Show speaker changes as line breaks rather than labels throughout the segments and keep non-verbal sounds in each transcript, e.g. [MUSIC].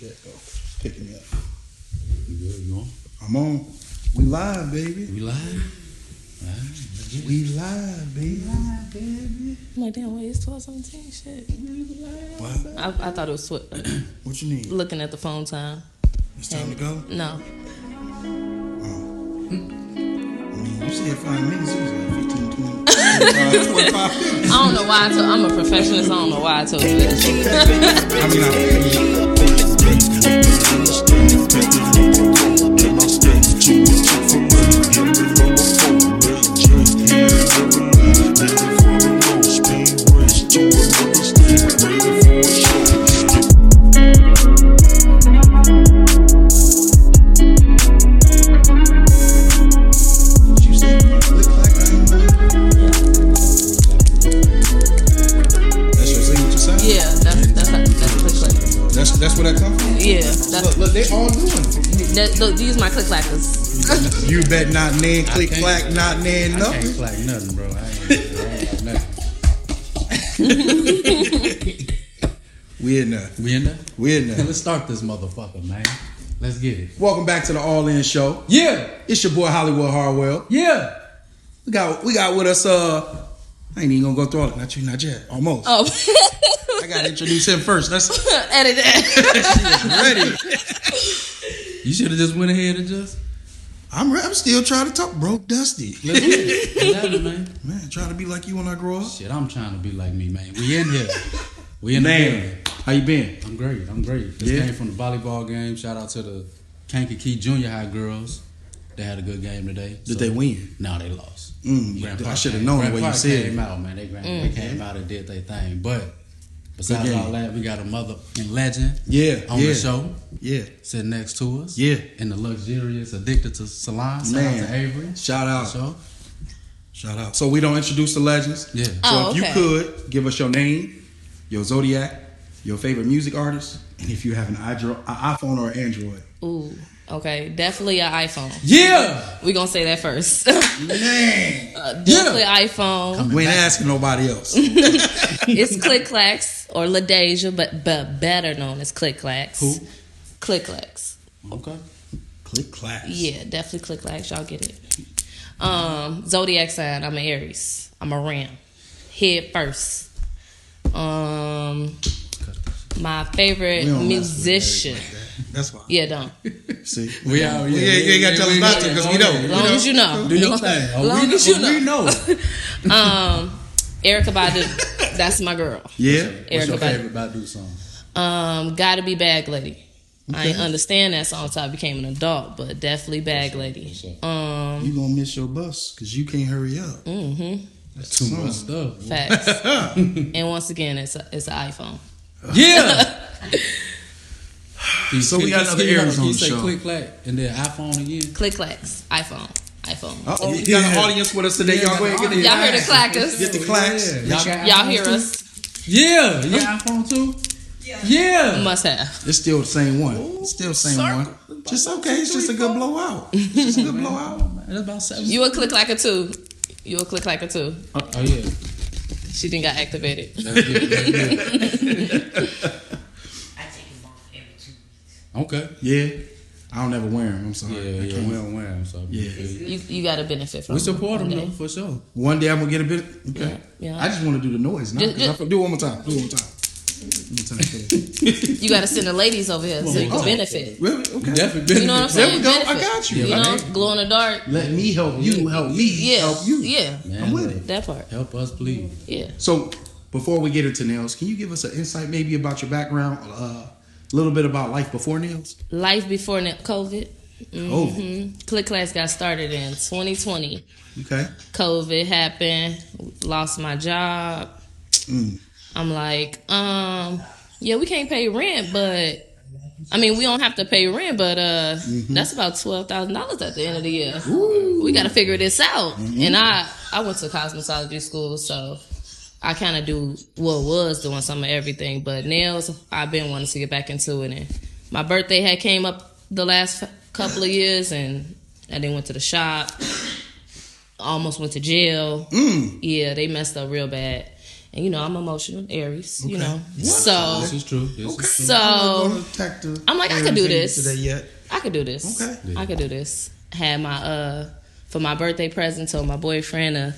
There it goes. Picking me up.
You good? You on?
I'm on. We live, baby.
We live? All right, let's get it.
We live, baby. Live, baby.
I'm like, damn, wait, it's 1217. Shit.
What?
I, I thought it was swi-
What you need?
[CLEARS THROAT] looking at the phone time.
It's time to go.
No.
I mean, you said five minutes. It was like 15, 20, 25, 25 minutes.
I don't know why I told I'm a perfectionist. I don't know why I told you that shit.
I mean, I, you said look like I ain't believe. That's your signature sound?
Yeah, that's that's how, that's click clack.
That's, that's where that comes from?
Yeah, that's
Look, look, they all doing it.
that, look. These my click clackers.
You bet not nan click
can't-
clack, not nan
I
nothing.
can't clack nothing, bro. I ain't, I ain't got nothing.
We in there.
We in there?
We in there.
Let's start this motherfucker, man. Let's get it.
Welcome back to the All In Show.
Yeah,
It's your boy Hollywood Harwell.
yeah.
We got we got with us uh I ain't even gonna go through all it. Not you, not yet. Almost.
Oh, [LAUGHS]
I gotta introduce him first. That's
edit that.
ready.
You should have just went ahead and just
I'm re- I'm still trying to talk. Broke Dusty.
let's get it. It happened, man.
Man, trying to be like you when I grow up.
Shit, I'm trying to be like me, man. We in here. We in the building.
how you been?
I'm great. I'm great. This
Yeah.
came from the volleyball game. Shout out to the Kankakee Junior High girls. They had a good game today.
Did they win?
No, they lost.
Mm,
Grand
I
Park
shoulda
came-
known the
Grand
way you
Park
said
came
it.
out, man. They, grand, they came out and did their thing. But besides
Good game.
all that, we got a motherfucking legend
Yeah.
on
yeah,
the show
Yeah.
sitting next to us.
Yeah.
In the luxurious Addicted to Salon. Shout out to Avery.
Man. Uh, Shout out.
So,
Shout out. So we don't introduce the legends.
Yeah.
So
Oh,
if
okay.
you could give us your name, your zodiac, your favorite music artist, and if you have an idro- a iPhone or Android.
Ooh. Okay, definitely an iPhone.
yeah.
We gonna say that first. [LAUGHS]
Man,
Uh, definitely iPhone.
we ain't asking nobody else.
[LAUGHS] It's click clacks or Ladeja, but but better known as click clacks.
Who?
Click clacks.
Okay.
Click clap.
Yeah, definitely click likes. Y'all get it. Um, zodiac sign. I'm an Aries. I'm a Ram. Head first. Um, my favorite
We don't mess with
musician.
That's why. [LAUGHS]
Yeah, don't.
See,
We out.
yeah, yeah, you ain't gotta tell us not to because we
As
know.
long as you know.
Do your thing. Oh,
Long
we,
as you
oh, we know.
Um,
[LAUGHS]
Erica Badu. That's my girl.
Yeah,
What's your
Erica Badu.
favorite Badu song?
Um, gotta be Bag Lady. I ain't understand that song until I became an adult, but definitely Bag Lady. Um, mm-hmm.
you gonna miss your bus because you can't hurry up.
Mm.
That's too
Hmm.
much stuff.
facts.
[LAUGHS]
and once again, it's a, it's an iPhone.
[SIGHS] Yeah.
So we got another Aries on
You
the
say
show.
click clack and then iPhone again.
Click clacks. iPhone. iPhone.
Uh-oh, we
Yeah.
got an audience with us today.
Yeah,
y'all go ahead and get
Y'all hear the clackers?
Get the clacks.
Yeah.
Y'all-
got
Y'all
iPhone
hear
too?
us?
Yeah. You got iPhone too? Yeah. Yeah.
Must have.
It's still the same one. It's still the same
circle.
one. Just okay. It's just a good blowout. It's just
[LAUGHS]
a good blowout.
That's about seven.
You a click like a two. You a click like a two.
oh, oh, yeah.
She didn't got activated.
That's good. That's good.
[LAUGHS]
[LAUGHS]
Okay.
Yeah, I don't ever wear them. I'm sorry.
Yeah,
I
yeah.
can't
We
wear 'em.
don't wear them, so
Yeah.
You you got to benefit from.
We support them
it.
though, for sure.
One day I'm gonna get a bit. Okay.
Yeah, yeah.
I just want to do the noise. Now,
Just-
'cause I feel- do it one more time. Do it one more time. One more time.
You got to send the ladies over here so you can
Oh.
benefit.
really? Okay.
Definitely.
You know what I'm
There
saying?
we go. I
Benefit.
got you.
You
Yeah,
know,
man.
glow in the dark.
Let me help you. Help me
Yeah,
help you.
yeah.
Man,
I'm with it.
That part.
Help us, please.
Yeah.
So before we get into nails, can you give us an insight maybe about your background, uh, a little bit about life before nails?
Life before ne- COVID.
Oh,
hmm Click class got started in 2020.
okay.
COVID happened, lost my job. I'm like, um, yeah, we can't pay rent, but I mean, we don't have to pay rent, but uh,
Mm-hmm.
that's about twelve thousand dollars at the end of the year. We got to figure this out.
Mm-hmm.
And I, I went to cosmetology school, so I kind of do well was doing some of everything, but nails I've been wanting to get back into it. And my birthday had came up the last f- couple of years, and I then went to the
Mm.
shop almost went to jail. Yeah, they messed up real bad. And you know, I'm emotional, Aries, you
Okay.
know.
What?
So
This is true. This is true.
So-
I'm not gonna attack the
I'm like, I could do
everything
this.
today yet.
I could do this.
Okay.
I could do this. Had my uh for my birthday present told my boyfriend uh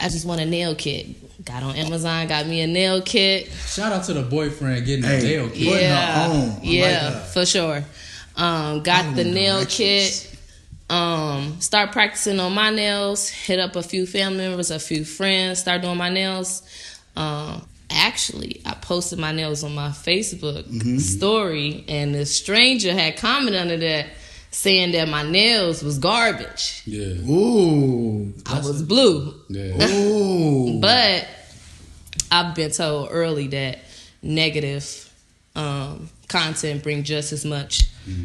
I just want a nail kit. Got on Amazon, got me a nail kit.
Shout out to the boyfriend getting
Hey.
a jail kid.
Putting her
yeah,
on. I like
yeah,
that.
for sure. Um, got the nail
directions.
kit. Um, start practicing on my nails. Hit up a few family members, a few friends. Start doing my nails. Um, actually, I posted my nails on my Facebook
Mm-hmm.
story, and the stranger had commented under that saying that my nails was garbage.
Yeah.
[LAUGHS]
Ooh.
I was blue.
Yeah.
Ooh.
But I've been told early that negative um, content bring just as much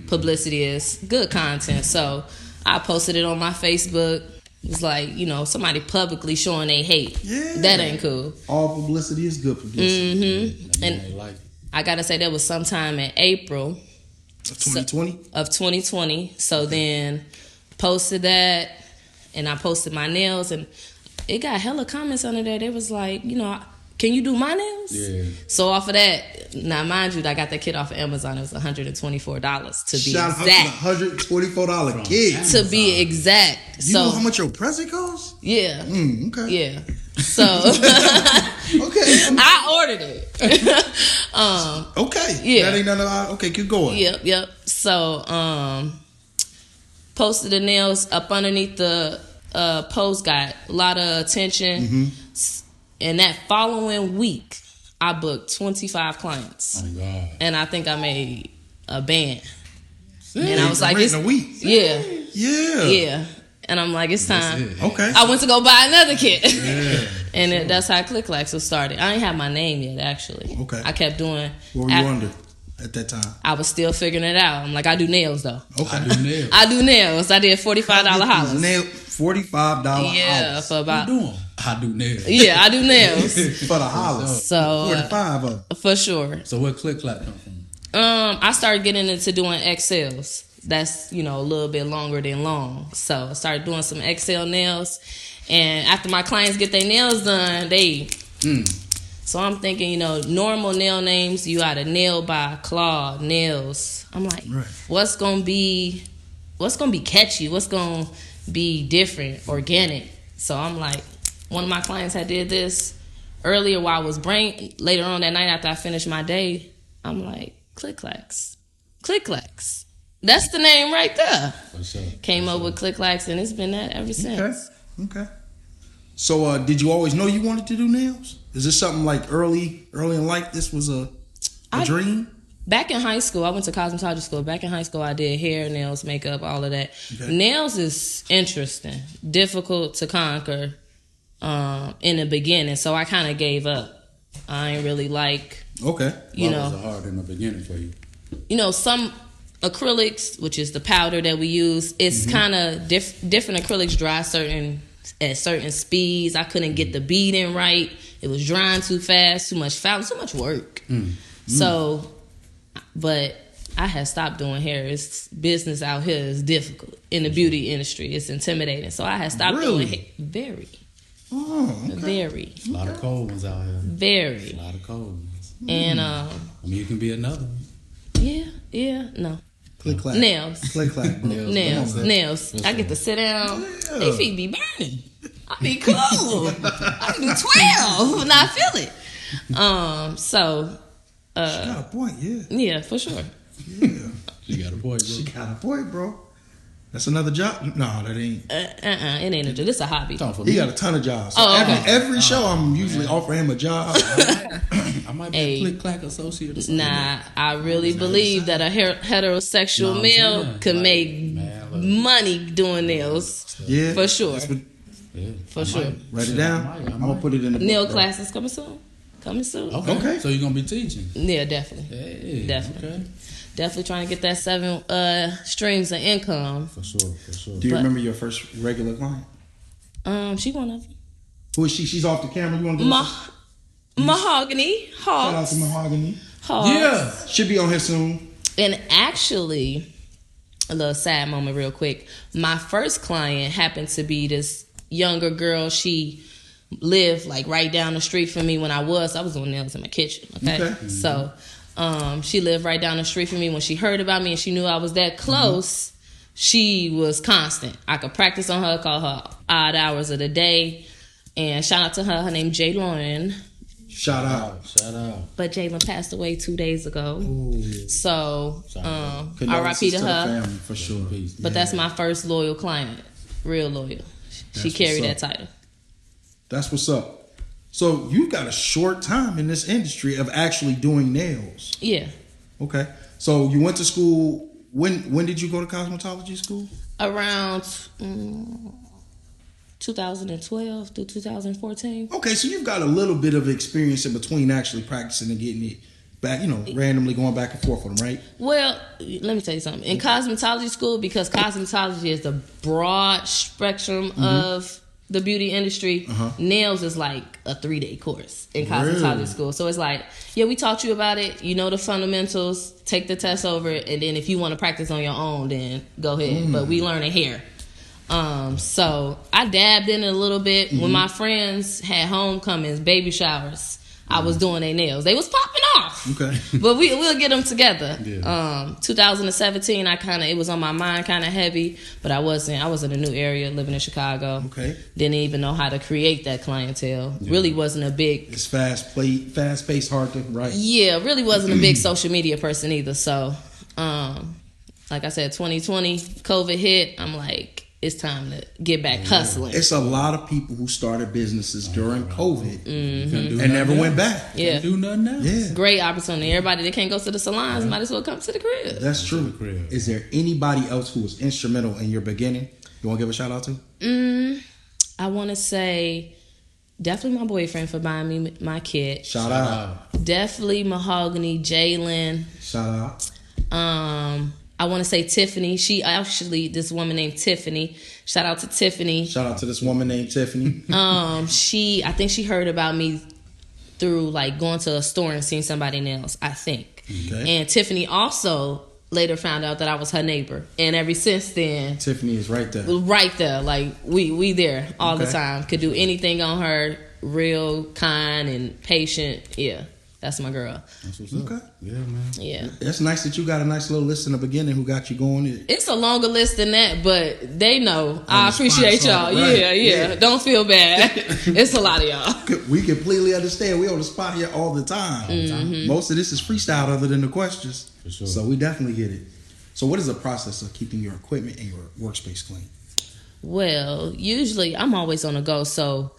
publicity as good content. So I posted it on my Facebook. It's like you know somebody publicly showing they hate.
Yeah.
That ain't cool.
All publicity is good publicity.
Mm-hmm.
And
And
they like it.
I gotta say that was sometime in April.
2020.
of 2020. So then posted that and I posted my nails and it got hella comments under there. They was like, you know, can you do my nails?
Yeah.
So off of that, now mind you, I got that kit off of Amazon. It was $124 to be
Shout out to the
exact.
hundred twenty four dollar kids.
To be exact.
You know
So
how much your present costs?
yeah.
Mm, okay.
Yeah. So
Okay.
[LAUGHS] I ordered it. [LAUGHS] um
Okay.
Yeah.
That ain't none of our, okay, keep going.
Yep, yep. So, um, posted the nails up underneath the uh, post got a lot of attention.
Mm-hmm.
S- And that following week, I booked 25 clients,
Oh my God.
and I think I made a band. And I was like,
Rent
it's,
in a week.
yeah,
Yeah.
yeah. And I'm like, it's time.
it.
Okay.
I went to go buy another kit. [LAUGHS] and it, that's how Click Lax was started. I ain't have my name yet, actually.
Okay.
I kept doing.
What were you
af-
under at that time?
I was still figuring it out. I'm like, I do nails though.
I
Okay.
do nails.
I do nails. I did forty [LAUGHS] five dollar hollers.
Nail forty five dollar
Yeah, for
I
about
do 'em. I do nails.
yeah, I
[LAUGHS]
do nails.
for the
[LAUGHS]
hollers.
So
Forty
uh,
five of
for sure, um,
So where click clap come from?
I started getting into doing XLs. That's you know a little bit longer than long. So I started doing some XL nails, and after my clients get their nails done, they. So I'm thinking, you know, normal nail names you out of nail by claw nails. I'm like,
Right.
what's gonna be, what's gonna be catchy? What's gonna be different, organic? So I'm like, one of my clients had did this earlier while I was brain. Later on that night after I finished my day, I'm like, click clacks, click clacks. That's the name right there.
For sure.
Came up with click clacks, and it's been that ever since.
Okay. Okay. So uh, did you always know you wanted to do nails? Is this something like early early in life this was a a
I-
dream?
Back in high school, I went to cosmetology school. Back in high school, I did hair, nails, makeup, all of that.
Okay.
Nails is interesting, difficult to conquer um, in the beginning. So I kind of gave up. I ain't really like,
Okay.
you
Why was
know,
it hard in the beginning for you?
you know, some acrylics, which is the powder that we use, it's
Mm-hmm.
kind of diff- different acrylics dry certain at certain speeds. I couldn't get the beading right. It was drying too fast, too much fountain, too much work.
Mm.
So, but I had stopped doing hair. It's business out here is difficult in the beauty industry. It's intimidating. So I had stopped
Really?
doing hair. Very,
Oh, okay.
very,
A lot of cold ones out here.
very.
A lot of cold ones.
Hmm.
And um,
I mean, you can be another one.
yeah, yeah, no.
Click clack.
Nails.
Click clack. bro.
Nails.
Nails,
Come on, man.
nails. I get to sit down. They feet be burning. I be cool. I can do twelve when I feel it. Um. So
She got a point, yeah.
yeah, for sure.
She got a boy.
She
Bro.
got a point, bro. That's another job. No, that ain't.
Uh. Uh. uh it ain't a job. This a hobby.
Talking
He
for me.
[LAUGHS]
got a ton of jobs. So
Oh, okay.
every, every show, I'm usually offering him a job.
[LAUGHS]
I might be
Hey.
a click clack associate. Or something.
Nah, I really believe that a her- heterosexual
Nah,
male
yeah.
could
Like,
make
man, look.
money doing nails.
yeah,
For sure.
That's what-
Yeah.
For
I
sure.
might.
write it
Shit,
down. I
I might, I
am gonna
might.
put it in the
Nail
book, bro.
classes coming soon. Coming soon.
Okay.
Okay.
So you're gonna be teaching.
Yeah, definitely.
Hey,
Definitely.
Okay.
Definitely trying to get that seven uh streams of income.
For sure. For sure.
Do you
But-
remember your first regular client?
Um, she one of them.
Who is she? She's off the camera. You want to
Ma- mahogany
shout out
hogs,
to Mahogany?
hogs.
Yeah.
She'll be on here soon.
And actually, a little sad moment, real quick. My first client happened to be this younger girl. She live like right down the street from me when I was. I was doing nails in my kitchen. Okay.
Okay.
So um, she lived right down the street from me. When she heard about me and she knew I was that close,
Mm-hmm.
she was constant. I could practice on her, call her odd hours of the day. And shout out to her. Her name Jay Lauren.
Shout out.
Shout out.
But Jalen passed away two days ago. So um, RIP
Condolences
to
the
her.
family for sure.
Peace.
But that's my first loyal client. Real loyal. she
what's
carried
up.
that title.
That's what's up. So you got a short time in this industry of actually doing nails.
Yeah.
Okay. So you went to school. When when did you go to cosmetology school?
Around mm, 2012 through 2014.
Okay, so you've got a little bit of experience in between actually practicing and getting it back. You know, randomly going back and forth with them, right?
Well, let me tell you something. In
Mm-hmm.
cosmetology school, because cosmetology is the broad spectrum
Mm-hmm.
of the beauty industry, nails is like a three day course in cosmetology
Uh-huh. Really?
school. So it's like, yeah, we taught you about it. You know the fundamentals. Take the test over, it, and then if you want to practice on your own, then go ahead.
Mm.
But we learning here. Um, so I dabbed in it a little bit
Mm-hmm.
when my friends had homecomings, baby showers. I was doing their nails. They was popping off
Mm-hmm. Okay.
but we we'll get them together.
Yeah.
Um, 2017, I kind of it was on my mind, kind of heavy, but I wasn't. I was in a new area, living in Chicago.
Okay.
Didn't even know how to create that clientele. Really wasn't a big.
It's fast play, fast paced, hard to right.
Yeah, really wasn't a big [CLEARS THROAT] social media person either. So, um, like I said, 2020 COVID hit. I'm like, it's time to get back hustling.
It's a lot of people who started businesses during COVID
Couldn't do
and
nothing
never
else.
went back.
Yeah.
Couldn't do nothing else.
Yeah.
Great opportunity. Everybody that can't go to the salons might as well come to the crib.
That's true.
crib.
Is there anybody else who was instrumental in your beginning? You want to give a shout out to?
Mm, I want to say definitely my boyfriend for buying me my kit.
Shout,
Shout
out.
out.
Definitely Mahogany, Jalen.
Shout out.
Um, I want to say Tiffany. She actually this woman named Tiffany. Shout out to Tiffany.
Shout out to this woman named [LAUGHS] Tiffany.
Um, she I think she heard about me through like going to a store and seeing somebody nails. I think.
Okay.
And Tiffany also later found out that I was her neighbor, and ever since then,
Tiffany is right there.
right there. Like we we there all the
Okay.
time. Could do anything on her. Real kind and patient. Yeah, that's my girl.
That's what's
Okay.
up. Yeah, man.
Yeah.
That's nice that you got a nice little list in the beginning who got you going. It-
It's a longer list than that, but they know. I
the spot,
appreciate
so,
y'all.
right,
Yeah, yeah,
yeah.
Don't
[LAUGHS]
feel bad. it's a lot of y'all.
We completely understand. We on the spot here all the time. Mm-hmm. Most of this is freestyle, other than the questions.
For sure.
So we definitely get it. So what is the process of keeping your equipment and your workspace clean?
Well, usually I'm always on the go, so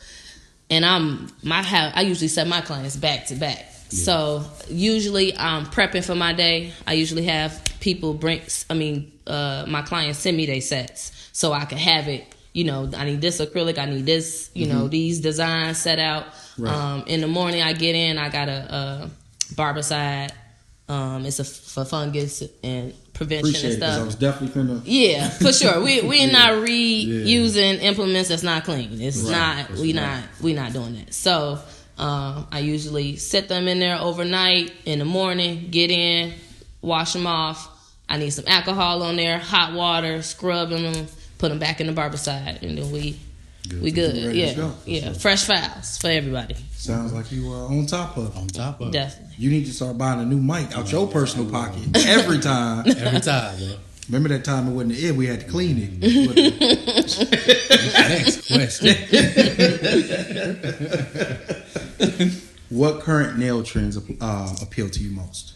and I'm my have I usually set my clients back to back. So usually I'm prepping for my day. I usually have people bring I mean uh my clients send me their sets so I can have it, you know, I need this acrylic, I need this, you know, these designs set out.
Mm-hmm. Right.
Um in the morning I get in, I got a uh barberside um it's a f- for fungus and prevention
Appreciate it
and stuff.
because I was definitely finna.
Yeah, for sure. We we're not reusing implements that's not clean. It's
Right,
not
that's
we
right.
not we not doing that. So um, I usually set them in there overnight in the morning. Get in, wash them off. I need some alcohol on there, hot water, scrub them, put them back in the barberside, and then we we good.
Ready to
Yeah,
go.
yeah. Fresh files for everybody.
Sounds like you are on top of.
On top of it.
Definitely.
You need to start buying a new mic out your personal pocket every time.
[LAUGHS] Every time, yo.
Remember that time it wasn't the air, we had to clean it.
Next question.
what current nail trends uh, appeal to you most?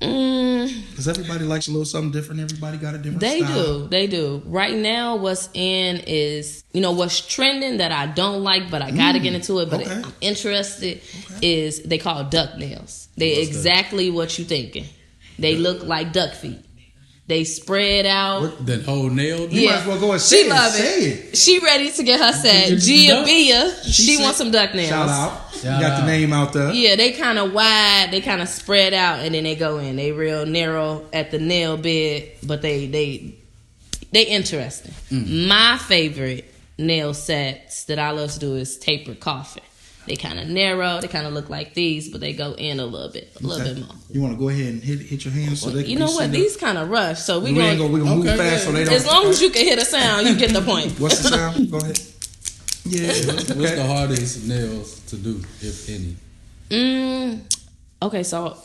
Mm.
Because everybody likes a little something different. Everybody got a different.
They
style.
do. They do. Right now, what's in is, you know, what's trending that I don't like, but I got to get into it, but
Mm, okay.
I'm interested is they call duck nails. They exactly what you thinking. They look like duck feet. They spread out.
the whole nail.
You
Yeah.
might as well go and
She
say it.
love it.
Say it.
She ready to get her set.
Did you
Gia
know?
Bia, she,
said-
wants some duck nails.
Shout out.
Shout
you got
out.
the name out there.
Yeah, they kind of wide. They kind of spread out, and then they go in. They real narrow at the nail bed, but they they they interesting.
Mm.
My favorite nail sets that I love to do is tapered coffin. They kind of narrow. They kind of look like these, but they go in a little bit, a little
Okay.
bit more.
You want to go ahead and hit, hit your hands so they can
You know
be
what?
seen.
These kind of rough, so we,
we
gonna,
ain't gonna, we gonna
Okay,
move fast so [LAUGHS]
yeah.
they don't.
[LAUGHS] as long as you can hit a sound, you get the point.
What's the sound? Go ahead. Yeah.
What's
Okay.
the hardest nails to do, if any?
Mm, okay, so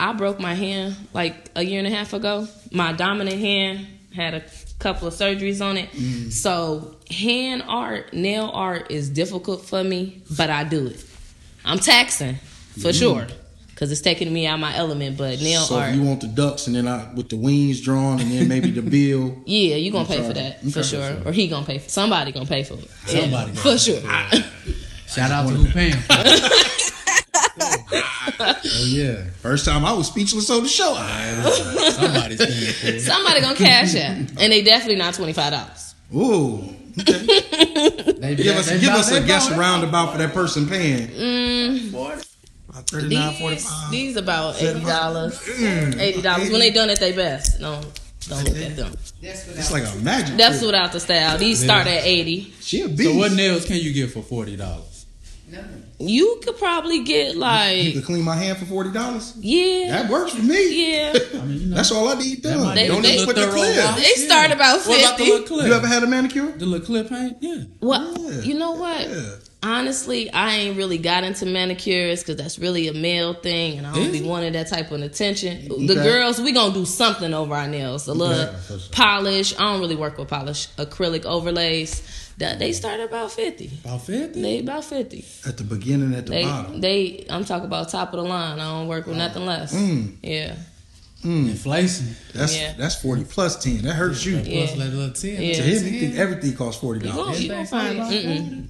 I broke my hand like a year and a half ago. My dominant hand had a couple of surgeries on it.
Mm.
So hand art, nail art is difficult for me, but I do it. I'm taxing for sure because it's taking me out of my element. But nail
Mm. so
art,
if you want the ducks and then I with the wings drawn and then maybe the bill.
yeah, you gonna pay for
sorry.
that
Okay.
for sure, or he gonna pay for somebody gonna pay for it. Yeah,
Somebody gonna
for sure.
Shout out to Lupin. [LAUGHS] oh yeah,
First time I was speechless on the show.
[LAUGHS]
somebody's paying for it.
[LAUGHS] somebody gonna cash out, and they definitely not twenty five dollars.
Ooh. Okay.
They,
Give us
they
give
about-
us
they
a
about
guess
that.
roundabout for that person paying. About Thirty-nine,
These,
forty-five.
Mm.
Mm.
these about eighty dollars. Eighty dollars when they done at their best. No, don't look at them.
It's like a magic.
That's
trick.
without the style. These start at eighty.
she a beast.
So what nails can you get for forty dollars?
You could probably get
you [LAUGHS]
like
could clean my hand for forty dollars.
yeah,
That works for [LAUGHS] me.
yeah.
I mean, you know,
That's all I need done.
might be
Don't
a
even
little
put the
thorough
clip.
wash.
They start about
what about the little
fifty.
clip?
You ever had a manicure?
the little clip paint? Yeah,
Well,
Yeah.
you know what?
Yeah.
Honestly, I ain't really got into manicures because that's really a male thing, and I don't be
Is it?
wanting that type of attention.
Okay.
The girls, we gonna do something over our nails, a little
Yeah, for sure.
polish. I don't really work with polish, acrylic overlays. That they start about fifty.
about fifty.
Mm.
They about fifty.
At the beginning, at the
They
bottom.
they. I'm talking about top of the line. I don't work with nothing less.
Mm.
Yeah,
Inflation.
That's
Yeah.
that's forty plus ten. That hurts you.
Yeah.
Plus like a little ten.
Yeah.
To him, he think everything costs forty
you
dollars.
gon' you gon'
Everything
find.
about
Mm-mm.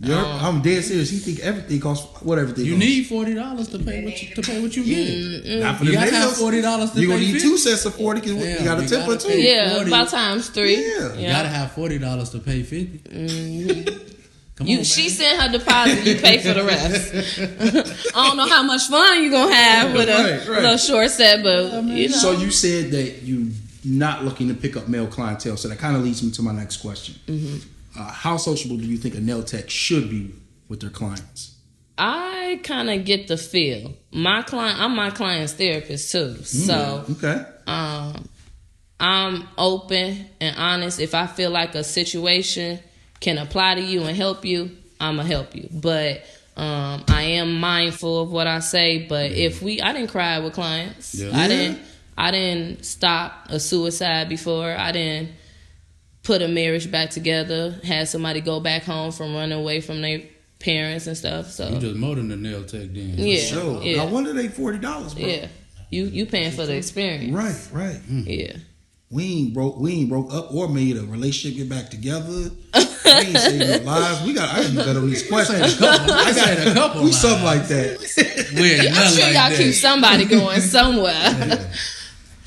You're- I'm dead serious. He think everything costs what everything.
You
costs.
need forty dollars to pay what you, to pay what you get.
Not for
You
the
gotta have
nails.
forty dollars to
You gonna
pay
need
fifty.
two sets of forty because
Damn,
you got a
you
tip or
gotta
two.
pay-
Yeah,
40.
about times three.
Yeah.
You gotta have forty dollars to pay fifty. Come
Mm-hmm. You,
on,
she
man.
sent her deposit. You pay for
[LAUGHS]
the rest. [LAUGHS] I don't know how much fun you gonna have with a
Right, right.
little short set, but you know.
So you said that you not looking to pick up male clientele. So that kind of leads me to my next question.
Mm-hmm.
Uh, how sociable do you think a nail tech should be with their clients?
I kind of get the feel. My client, I'm my client's therapist too, so
Okay.
um, I'm open and honest. If I feel like a situation can apply to you and help you, I'ma help you. But um, I am mindful of what I say. But if we, I didn't cry with clients.
Yeah.
I didn't. I didn't stop a suicide before. I didn't put a marriage back together. Had somebody go back home from running away from their parents and stuff. So
You just more than the nail tech then.
Yeah.
So
yeah.
I wonder they forty dollars, bro.
yeah, you you paying for the experience.
Right, right. Hmm.
Yeah.
We ain't broke. We ain't broke up or made a relationship get back
[LAUGHS]
together. we ain't saved no lives. We got. I gotta be better on these questions.
I said a
[LAUGHS]
couple.
We something like that.
We're
Yeah, [LAUGHS] I'm sure y'all keep somebody
[LAUGHS]
going somewhere.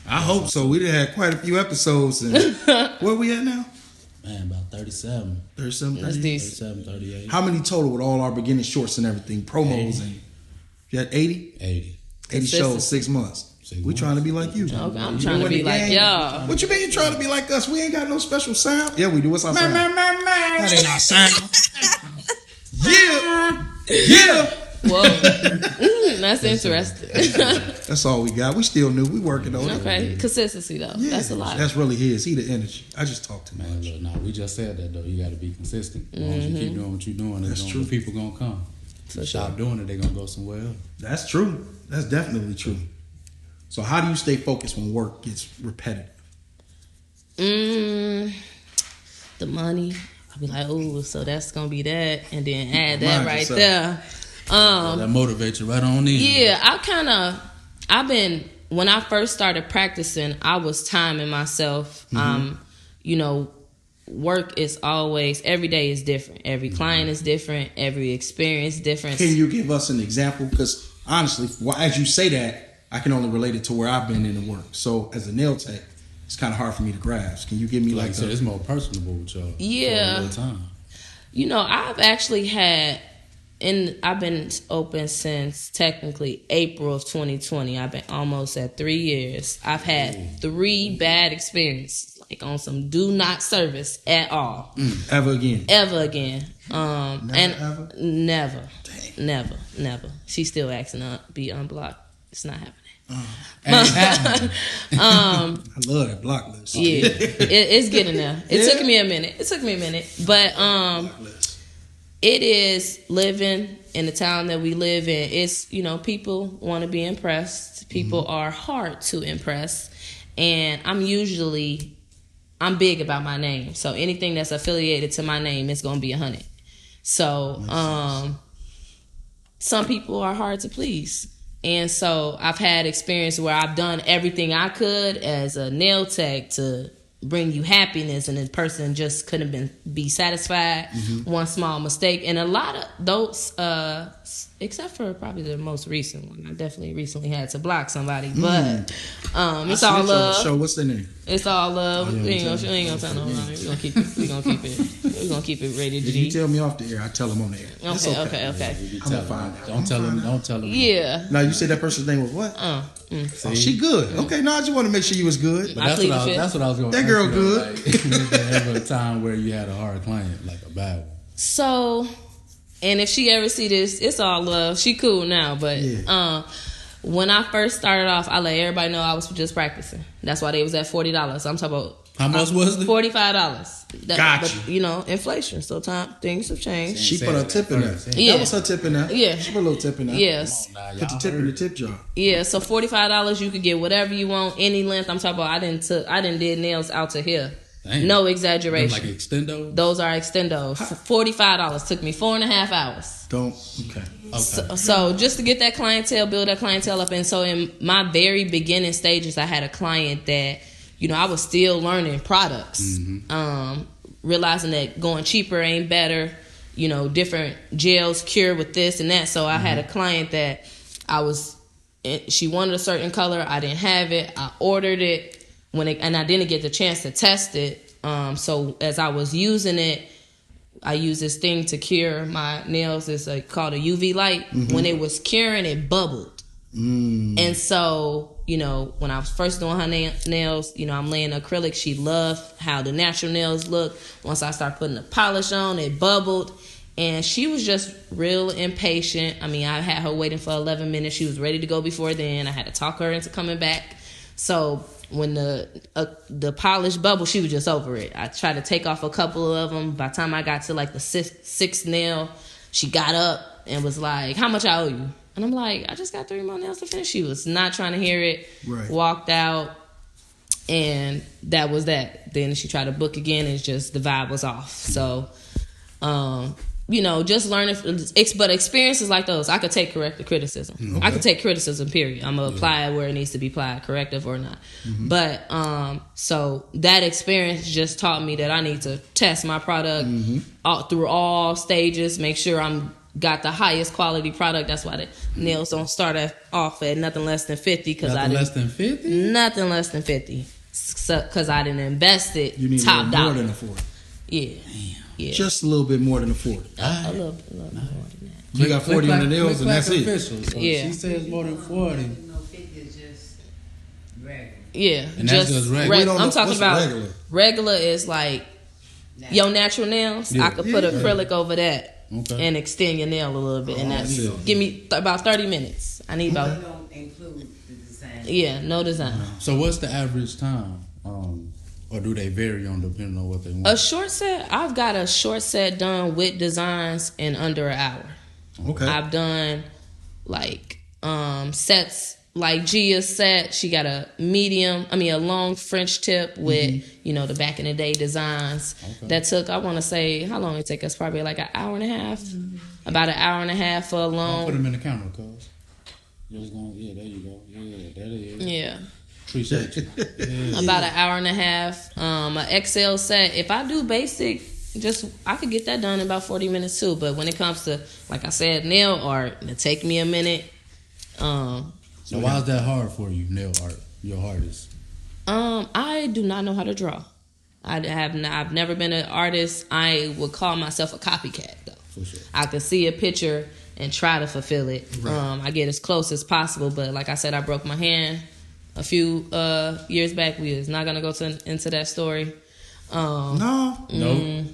I hope so. We done had quite a few episodes.
[LAUGHS]
And where we at now?
Man, about 37,
There's something.
That's decent.
37, 38,
How many total with all our beginning shorts and everything, promos and you had 80?
80.
80
Consistent.
shows, six months.
Six
we
months.
trying to be like you.
Okay, I'm
You
trying to
in the
be like
game.
y'all.
What you mean you trying to be like us? We ain't got no special sound. Yeah, we do. What's our sound? That ain't our sound. [LAUGHS] yeah, yeah.
Whoa, Mm, that's interesting.
That's all we got. We still new. We working on it.
okay, consistency though.
Yeah,
That's a lot.
That's really his. He the energy. I just talked to him.
Man, look, nah, we just said that though. You got to be consistent. As long as you
Mm-hmm.
keep doing what you're doing,
That's
it's
true.
gonna, the people gonna come. Stop doing it, they gonna go somewhere else.
That's true. That's definitely true. So how do you stay focused when work gets repetitive?
Mm, the money. I'll be like, oh, so that's gonna be that, and then add that
Remind
right
yourself.
there. Um,
That motivates you right on in.
Yeah, I kind of. I've been when I first started practicing, I was timing myself.
Mm-hmm.
Um, you know, work is always every day is different. Every client is different. Every experience different.
Mm-hmm. Can you give us an example? Because honestly, wh- as you say that, I can only relate it to where I've been in the work. So as a nail tech, it's kind of hard for me to grasp. Can you give me
Like
like,
I said,
a,
it's more personable with y'all.
Yeah.
For a little
[LAUGHS]
time.
You know, I've actually had in I've been open since technically April of 2020. I've been almost at 3 years. I've had 3 bad experiences like on some do not service at all.
mm, ever again?
ever again. Um,
Never,
and
ever?
never, never, never. She's still asking to be unblocked. It's not happening.
I love that block list. [LAUGHS]
Yeah, it, it's getting there. It took me a minute. It took me a minute, but um,
Block list.
it is living in the town that we live in. It's you know people want to be impressed. People are hard to impress, and I'm usually I'm big about my name. So anything that's affiliated to my name is gonna be a hundred. So um, some people are hard to please. And so I've had experience where I've done everything I could as a nail tech to bring you happiness and the person just couldn't been be satisfied one small mistake and a lot of those uh s- except for probably the most recent one i definitely recently had to block somebody
Mm.
but um it's all love
So what's the name?
it's all love. We ain't gonna, we ain't gonna tell no lie. We gonna keep it. We gonna keep it. We gonna keep it rated
If you
G.
tell me off the air, I tell them on the air. It's
Okay, okay, okay.
I'm gonna find out.
Don't tell him. Don't tell him.
Yeah.
Now you said that person's name was what?
Uh, mm.
Oh, she good. Okay, no, I just want to make sure you was good.
I
But that's
plead
what
the
I, was,
fifth.
that's what I was going.
That girl
Like, [LAUGHS] was there ever a time where you had a hard client, like a bad one?
So, and if she ever see this, it's all love. She cool now, but
Yeah.
uh, when I first started off, I let everybody know I was just practicing. That's why they was at forty dollars. I'm talking about
How much was it?
forty five dollars.
Got
you. know, inflation. So time things have changed.
She
Said
put her
that
tip in there.
first,
yeah.
That was her tip in there.
Yeah.
She put a little tip in there.
Yes.
Nah, y'all
Put the tip in the
heard.
tip jar.
Yeah, so forty five dollars you could get whatever you want, any length. I'm talking about I didn't took I didn't did nails out to here.
Dang.
No
Them
exaggeration.
Like extendo.
Those are extendos. Forty five dollars took me four and a half hours.
Don't. Okay.
Okay.
So, so just to get that clientele, build that clientele up. And so in my very beginning stages, I had a client that, you know, I was still learning products, um, realizing that going cheaper ain't better. You know, different gels cure with this and that. So I had a client that I was, it- she wanted a certain color. I didn't have it. I ordered it when it, and I didn't get the chance to test it. Um, so as I was using it, I use this thing to cure my nails. It's like called a UV light. When it was curing, it bubbled. And so, you know, when I was first doing her na- nails, you know, I'm laying acrylic. She loved how the natural nails look. Once I started putting the polish on, it bubbled. And she was just real impatient. I mean, I had her waiting for 11 minutes. She was ready to go before then. I had to talk her into coming back. So when the uh, the polished bubble, she was just over it. I tried to take off a couple of them. By the time I got to like the sixth, sixth nail, she got up and was like, "How much I owe you?" And I'm like, "I just got three more nails to finish." She was not trying to hear it.
Right.
Walked out, and that was that. Then she tried to book again, and it's just the vibe was off. So, um, you know, just learning. Ex- but experiences like those, I could take corrective criticism. I could take criticism. Period. I'm gonna apply it where it needs to be applied, corrective or not.
Mm-hmm.
But um, so that experience just taught me that I need to test my product
Mm-hmm.
all, through all stages. Make sure I'm got the highest quality product. That's why the
Mm-hmm.
nails don't start at, off at nothing less than fifty because I
Nothing
didn't
less than fifty.
nothing less than 50 because i didn't invest it
You need a
top
little more
dollar
than a four.
yeah yeah
Just a little bit more than a four.
a, a little, a little more than that
You got forty on the nails, and that's it.
Official. So
Yeah.
She says more than forty.
No figure, just regular.
yeah
And that's
just,
just regular.
reg-
We don't
i'm
know-
talking
what's
about regular?
regular?
is like
Now,
your natural nails i
Yeah.
could put
Yeah.
acrylic over that
Okay.
and extend your nail a little bit and
Oh, I
that's
see.
give me th- about 30 minutes i need
they
about
don't include the design.
yeah no design
So what's the average time? Um, or do they vary on depending on what they want?
a short set i've got a short set done with designs in under an hour
Okay.
I've done like um sets like Gia's set. She got a medium, I mean a long French tip with, you know, the back in the day designs.
Mm-hmm. Okay.
That took I wanna say how long it take us? Probably like an hour and a half. About an hour and a half for a
Don't Mm-hmm. put
long
them in the camera, cuz. Just gonna, yeah, there you go. Yeah, that is.
Yeah.
[LAUGHS]
Appreciate you.
About an hour and a half. Um an XL set. If I do basic just I could get that done in about forty minutes too. But when it comes to like I said, nail art, it take me a minute. Um
So why is that hard for you, nail art? Your hardest.
Um, I do not know how to draw. I have not, I've never been an artist. I would call myself a copycat though.
For sure.
I could see a picture and try to fulfill it. Um, I get as close as possible, but like I said, I broke my hand a few uh, years back. We is not gonna go to, into that story. Um,
no.
No.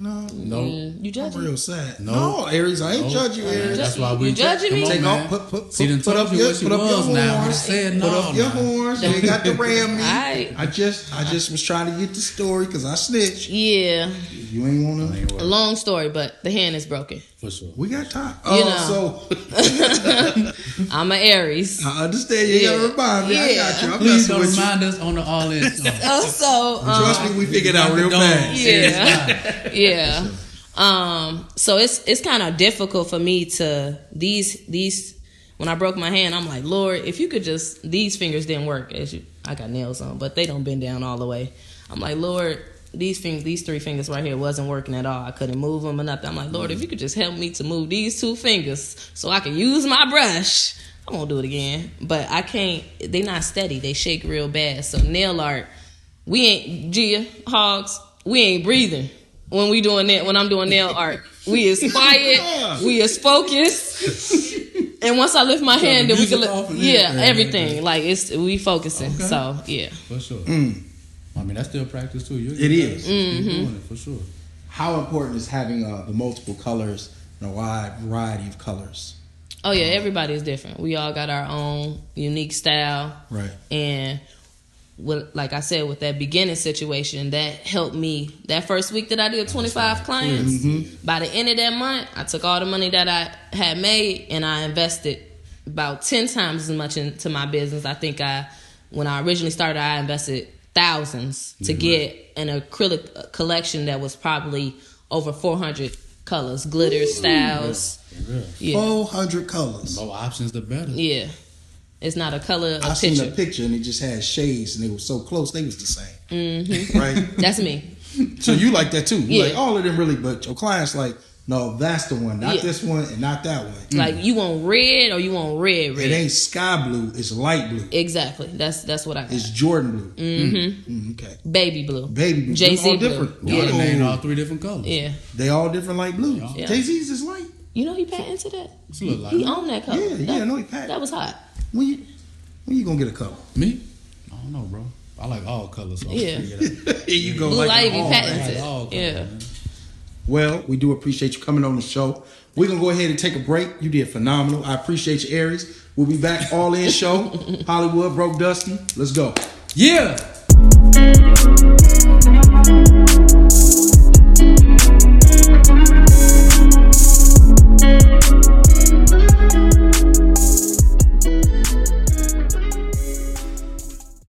No,
No.
Mm, you
I'm
judging?
real sad.
No.
No, Aries, I ain't
No.
judge you, Aries.
That's why we
You judging
Come
me?
on,
Take
man.
off, put, put,
See,
put,
done
put
told
up
you
your,
what she
put up your
was now. I
horns.
said
Put
no,
up your
nah.
horns. They got the ram
[LAUGHS]
me.
Aight.
I just, I just was trying to get the story because I snitched.
Yeah.
You ain't wanna.
Ain't
A
worth it,
long story, but the hand is broken.
For sure.
We got time.
You
Oh, so
I'm an
[LAUGHS]
Aries.
I understand you
Yeah.
gotta remind me. I
Yeah.
got you. I'm
Please
messing
don't
with you.
remind us on the all in.
[LAUGHS]
song.
Also, um,
Trust me, we figured out real
Dog.
fast.
yeah, yeah. Um, so it's it's kind of difficult for me to these these when I broke my hand, I'm like, Lord, if you could just these fingers didn't work. As you, I got nails on, but they don't bend down all the way. I'm like, Lord, these fingers, these three fingers right here wasn't working at all. I couldn't move them or nothing. I'm like, Lord, if you could just help me to move these two fingers so I can use my brush. I won't do it again, but I can't. They not steady. They shake real bad. So nail art, we ain't Gia Hogs. We ain't breathing when we doing that. When I'm doing nail art, we is
[LAUGHS]
quiet. We is focused. And once I lift my hand, then we
music
can
off
look.
and
Yeah,
everything.
everything. Like it's we focusing.
Okay.
So yeah,
For sure. I mean, that's still practice too. You'll
Hmm. It
get better.
is.
Just keep
Mm-hmm.
doing it for sure.
How important is having uh, the multiple colors and a wide variety of colors?
Oh yeah, everybody is different. We all got our own unique style.
Right.
And with, like I said, with that beginning situation, that helped me. That first week that I did 25 clients,
Mm-hmm.
by the end of that month, I took all the money that I had made and I invested about 10 times as much into my business. I think I, when I originally started, I invested thousands to get an acrylic uh, collection that was probably over 400 colors, glitter, styles.
For real.
Yeah.
Four hundred colors.
More options, the better.
Yeah. It's not a color
I
a
seen
picture.
a picture and it just had shades and they were so close they was the same. [LAUGHS] Right.
Mm-hmm. That's me.
So you like that too? You
Yeah.
Like all of them really, but your clients like, no, that's the one, not
Yeah. Mm.
this one, and not that one.
Like you want red or you want red
Mm. It
red.
ain't sky blue; it's light blue.
Exactly. That's that's what I got.
It's Jordan blue. Mm-hmm. okay.
Baby blue.
Baby blue.
JC
They all
blue.
different.
Y'all
Yeah.
done named all three different colors.
Yeah.
They all different light blues.
Yeah.
Jay Z's is light.
You know he patented that.
It's a little
He
like
owned that color.
Yeah,
Oh, that,
yeah, I know he patented
That was hot.
When you when you gonna get a color?
me. I don't know, bro. I like all colors. So I
Yeah.
figured out.
Here you go.
[LAUGHS] Blue
like
Ivy
all
I
that.
patented.
like all colors.
Yeah.
man.
Well, we do appreciate you coming on the show. We're gonna go ahead and take a break. You did phenomenal. I appreciate you, Aries. We'll be back all in show. Hollywood broke Dusty. Let's go.
Yeah.